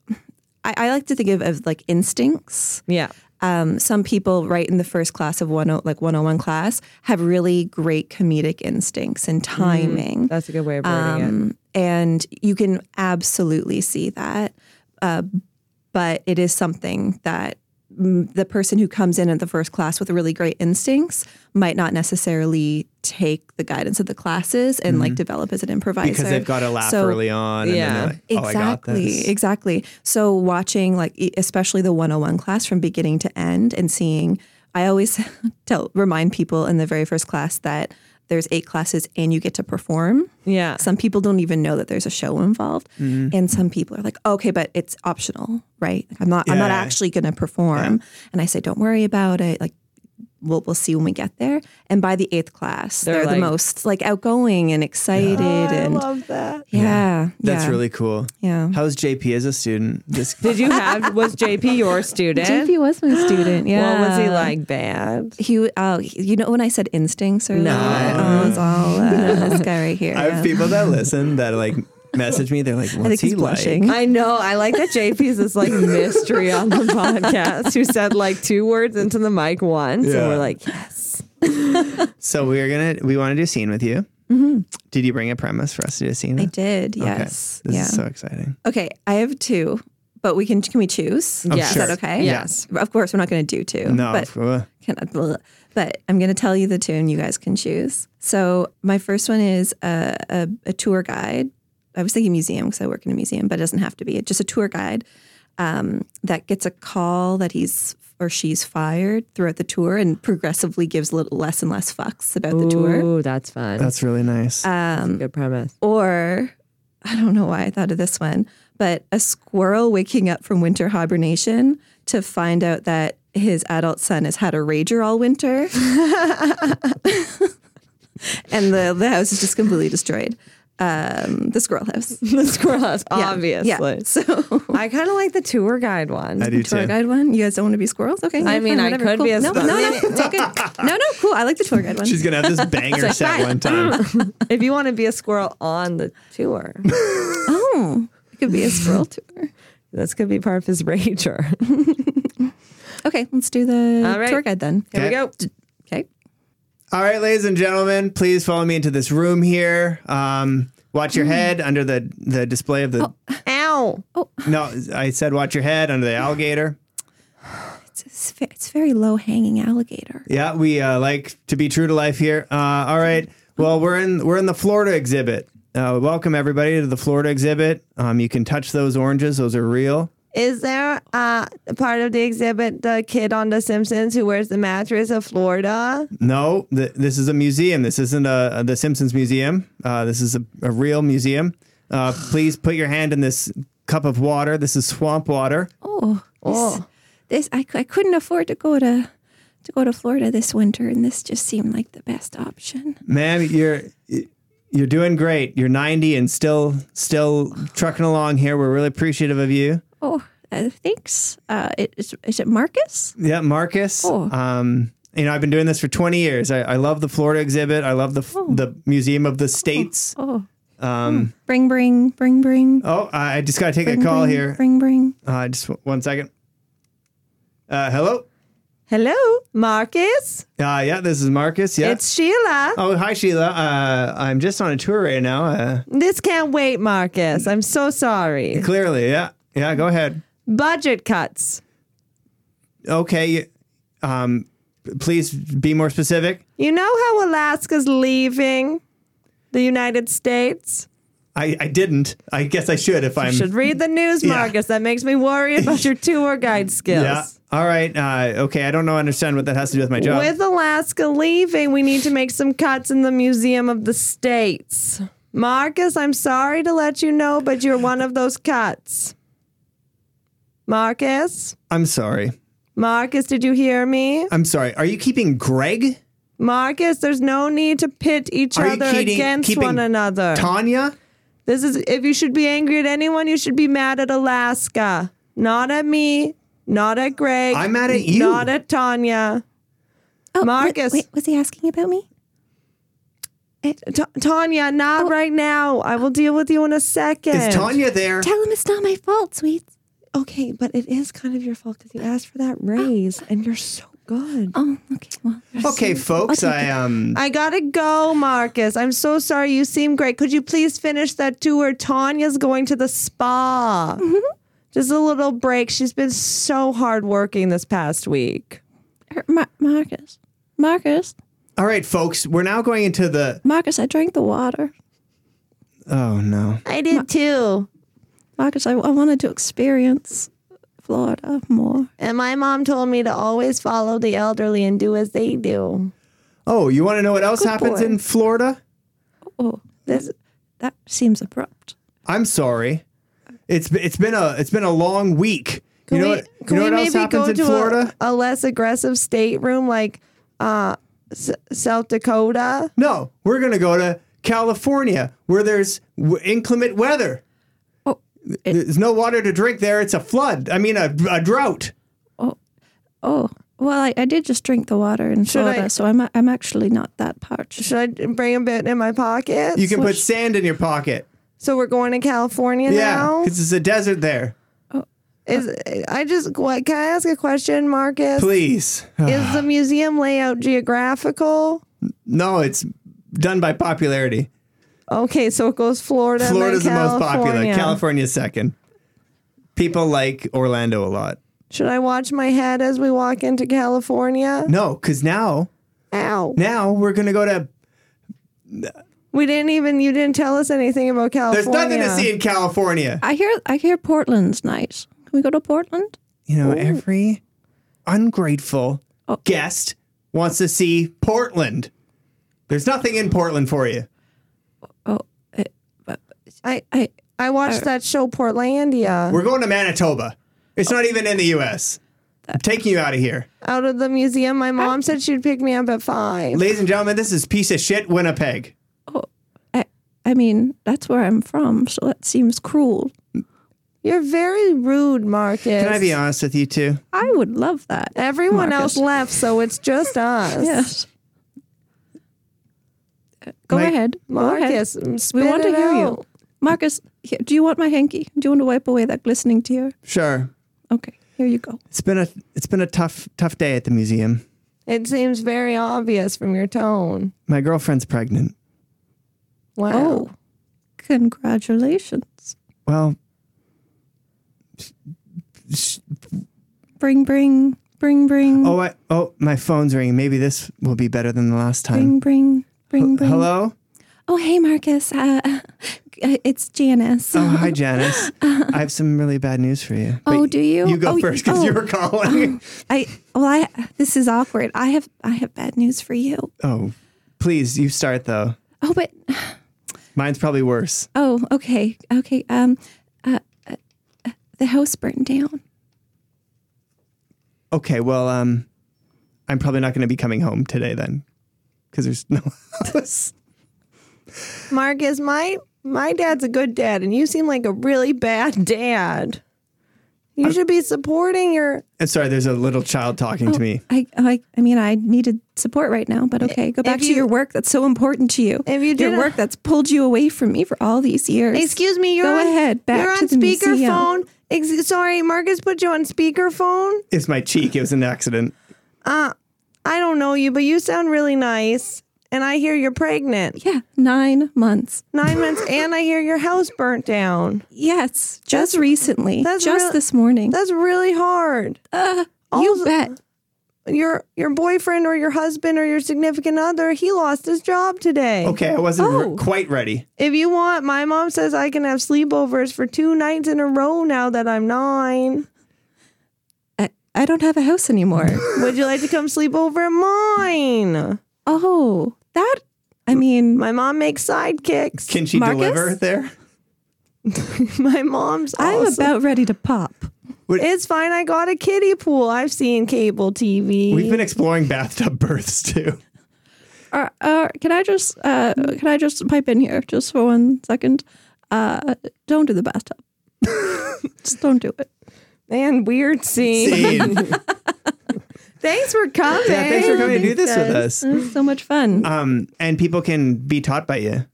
I, I like to think of, of like instincts. Yeah. um, some people right in the first class of one like 101 class have really great comedic instincts Mm. and timing That's a good way of wording it. um, and you can absolutely see that uh, but it is something that mm, the person who comes in at the first class with really great instincts might not necessarily take the guidance of the classes and like develop as an improviser Mm-hmm. because they've got a laugh So- early on and yeah. then they're like, oh exactly i got this exactly so watching like e- especially the 101 class from beginning to end and seeing i always [laughs] tell remind people in the very first class that there's eight classes and you get to perform Yeah. some people don't even know that there's a show involved Mm-hmm. and some people are like okay but it's optional right Like, i'm not i'm not Yeah. actually going to perform and i say don't worry about it like We'll, we'll see when we get there. And by the eighth class, They're they're, like- the most like outgoing and excited. and love that. yeah, that's yeah. really cool Yeah. how's jp as a student this Did you have was JP your student? JP was my student. Yeah. What was he like bad? He, oh, he- you know when I said instincts earlier, oh, it's all [laughs] uh, this guy right here. i have people that [laughs] listen that like message me they're like what's I think he he's like blushing. I know. I like that JP's this like mystery on the podcast who said like two words into the mic once. Yeah. And we're like, yes. so we're gonna we want to do a scene with you did you bring a premise for us to do a scene Mm-hmm. I with? did. Okay. Yes. this yeah. is so exciting okay. I have two, but we can can we choose? Oh, Yes. Is sure. that okay? Yeah. Yes. Of course, we're not going to do two. no But uh, Can I- bleh. but I'm going to tell you the two and you guys can choose. So my first one is a, a, a tour guide I was thinking museum because I work in a museum, but it doesn't have to be. It's just a tour guide um, that gets a call that he's or she's fired throughout the tour and progressively gives little less and less fucks about the tour. Ooh, that's fun. That's That's really nice. Um, a good premise. or I don't know why I thought of this one, but a squirrel waking up from winter hibernation to find out that his adult son has had a rager all winter. [laughs] and the, the house is just completely destroyed. Um, the squirrel house. [laughs] the squirrel house, Yeah, obviously. Yeah. So, [laughs] I kind of like the tour guide one. I do tour too. guide one. You guys don't want to be squirrels? Okay. I yeah, mean, fine, I whatever, could cool. be a no, no, no, squirrel. it's all good. [laughs] no, no, cool. I like the tour guide one. She's gonna have [laughs] this banger set one [laughs] time. if you want to be a squirrel on the tour, oh, it could be a squirrel tour. this could be part of his [laughs] rager. Okay, let's do the All right. tour guide then. Here we Okay. go. Okay. All right, ladies and gentlemen, please follow me into this room here. Um, watch Mm. your head under the the display of the. Oh. Ow. No, I said watch your head under the alligator. It's, ve- it's very low hanging alligator. Yeah, we uh, like to be true to life here. Uh, all right. Well, we're in we're in the Florida exhibit. Uh, welcome everybody to the Florida exhibit. Um, you can touch those oranges; those are real. Is there uh, part of the exhibit the kid on The Simpsons who wears the mattress of Florida? No, th- this is a museum. This isn't a, the Simpsons museum. Uh, this is a, a real museum. Uh, please put your hand in this cup of water. This is swamp water. Oh, This, this I, cou- I couldn't afford to go to to go to Florida this winter, and this just seemed like the best option. ma'am, you're you're doing great. You're 90 and still still trucking along here. We're really appreciative of you. Oh, uh, thanks. Uh, it, is, is it Marcus? Yeah, Marcus. Oh. Um, you know, I've been doing this for 20 years. I, I love the Florida exhibit. I love the f the Museum of the States. Oh, Um, bring, bring, bring, bring. oh, I I just got to take bring, a call bring, here. Bring, bring. Uh, just w- one second. Uh, hello. Hello, Marcus. Uh, yeah, this is Marcus. Yeah. It's Sheila. oh, hi Sheila. Uh, I'm just on a tour right now. Uh, This can't wait, Marcus. I'm so sorry. clearly, yeah, yeah. Go ahead. Budget cuts. Okay. Um, please be more specific. You know how Alaska's leaving the United States? I, I didn't. I guess I should if I'm. Should read the news, Yeah. Marcus. That makes me [laughs] worry about your tour guide skills. Yeah. All right. Uh, okay. I don't know. Understand what that has to do with my job. With Alaska leaving, we need to make some cuts in the Museum of the States. Marcus, I'm sorry to let you know, but you're one of those cuts. Marcus? I'm sorry. Marcus, did you hear me? I'm sorry. Are you keeping Greg, Marcus, there's no need to pit each Are you other kidding- against keeping one another. Tanya? This is if you should be angry at anyone, you should be mad at Alaska, not at me, not at Greg. I'm mad at you. not at Tanya. Oh, wait- Marcus. Wait, was he asking about me? Uh, Ta- Tanya, not right now. I will deal with you in a second. Is Tanya there? Tell him it's not my fault, sweets. okay? But it is kind of your fault because you asked for that raise, and you're so good. Oh, okay. Well, Okay, folks. I'll take I um. I gotta go, Marcus. I'm so sorry. You seem great. Could you please finish that tour? Tanya's going to the spa. Just a little break. She's been so hard working this past week. Her- Mar- Marcus, Marcus, All right, folks. We're now going into the. Marcus. I drank the water. Oh no. I did too. Marcus, I, I wanted to experience Florida more. And my mom told me to always follow the elderly and do as they do. Oh, you want to know what else happens boy. in Florida? Oh, This that seems abrupt. I'm sorry. It's it's been a it's been a long week. you know we- what? You know what else happens in a- Florida? A, less aggressive stateroom like uh, S- South Dakota? No, we're going to go to California where there's w- inclement weather. Oh, there's no water to drink there. It's a flood. I mean, a, a drought. Oh, well, I, I did just drink the water in Should Florida, I- so I'm I'm actually not that parched. Should I bring a bit in my pocket? You can put sand in your pocket. so we're going to California Yeah, now. because it's uh, a desert there. Is I just what, can I ask a question, Marcus? Please. Is the museum layout geographical? No, it's done by popularity. Okay, so it goes Florida. and then Florida's the most popular. California. California's second. People like Orlando a lot. Should I watch my head as we walk into California? No, because now Ow. now we're going to go to We didn't even, you didn't tell us anything about There's California. nothing to see in California. I hear I hear Portland's nice. Can we go to Portland? You know, every ungrateful Oh. guest wants to see Portland. There's nothing in Portland for you. Oh, I, I, I I watched that show Portlandia We're going to Manitoba. It's not even in the U.S. I'm taking you out of here. out of the museum. My mom said she'd pick me up at five. Ladies and gentlemen, this is piece of shit Winnipeg. I I mean that's where I'm from, so that seems cruel. You're very rude, Marcus. Can I be honest with you two? I would love that. Everyone Marcus. else left, so it's [laughs] just us. Yes. Uh, Go Mike- ahead. Go ahead. Marcus, We want to hear you. Marcus, here, do you want my hanky? Do you want to wipe away that glistening tear? Sure. Okay, here you go. It's been a it's been a tough tough day at the museum. It seems very obvious from your tone. My girlfriend's pregnant. Wow. Oh, congratulations. Well, Bring, bring, bring, bring, oh, I, oh, my phone's ringing. Maybe this will be better than the last time. bring, bring, bring, bring. Hello. Oh, hey, Marcus. Uh, uh, it's Janice. Oh, [laughs] hi, Janice. I have some really bad news for you. Oh, Wait, do you? You go Oh, first because you oh. were calling. I well, I this is awkward. I have I have bad news for you. [laughs] oh, please, you start though. Oh, but Mine's probably worse. oh, okay, okay. Um, uh, uh, uh, the house burned down. Okay, well, um, I'm probably not going to be coming home today then, because there's [laughs] no house. Marcus, my my dad's a good dad, and you seem like a really bad dad. You should be supporting your. I'm sorry, there's a little child talking to me. Oh, I, I I mean, I needed support right now, but okay, go back to you- your work. That's so important to you. If you your didn't- work that's pulled you away from me for all these years. Excuse me, you're Go on, ahead, back you're on to the museum. speakerphone. Ex- sorry, Marcus put you on speakerphone. It's my cheek. It was an accident. I don't know you, but you sound really nice, and I hear you're pregnant. Yeah, nine months. Nine [laughs] months, and I hear your house burnt down. Yes, just recently, that's just real- this morning. That's really hard. you bet. Your your boyfriend or your husband or your significant other, he lost his job today. Okay, I wasn't re- Oh. quite ready. If you want, my mom says I can have sleepovers for two nights in a row now that I'm nine. I, I don't have a house [laughs] anymore. Would you like to come sleep over at mine? oh, that. I mean, My mom makes sidekicks. Can she Marcus? deliver there? [laughs] My mom's I'm awesome. about ready to pop. It's fine. I got a kiddie pool. I've seen cable TV. We've been exploring bathtub births too. [laughs] Uh, uh, can I just uh, can I just pipe in here just for one second? Uh, don't do the bathtub. [laughs] just don't do it. and weird Scene. scene. [laughs] Thanks for coming. Yeah, thanks for coming to do this with us. It was so much fun. Um, and people can be taught by you.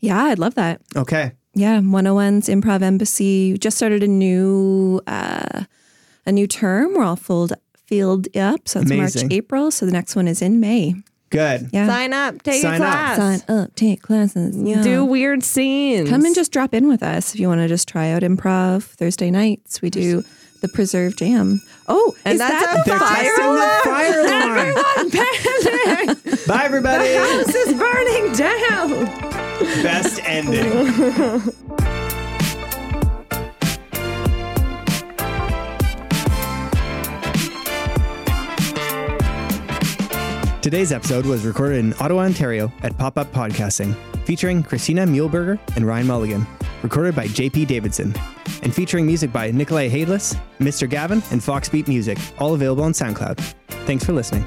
Yeah, I'd love that. Okay. Yeah, 101's Improv Embassy just started a new uh, a new term. We're all filled filled up, so it's Amazing. March, April. So the next one is in May. Good. Yeah, Sign up. Take Sign a up. class. Sign up, take classes. Yeah. Do weird scenes. Come [laughs] and just drop in with us if you want to just try out improv Thursday nights. We do the Preserve Jam. Oh, And is that's a that the They're fire? testing the fire alarm. Bye, [laughs] everybody. This is burning down. Best ending. Today's episode was recorded in Ottawa, Ontario at Pop Up Podcasting, featuring Christina Muehlberger and Ryan Mulligan, recorded by JP Davidson, and featuring music by Nikolai Hadeless, Mr. Gavin, and Foxbeat Music, all available on SoundCloud. Thanks for listening.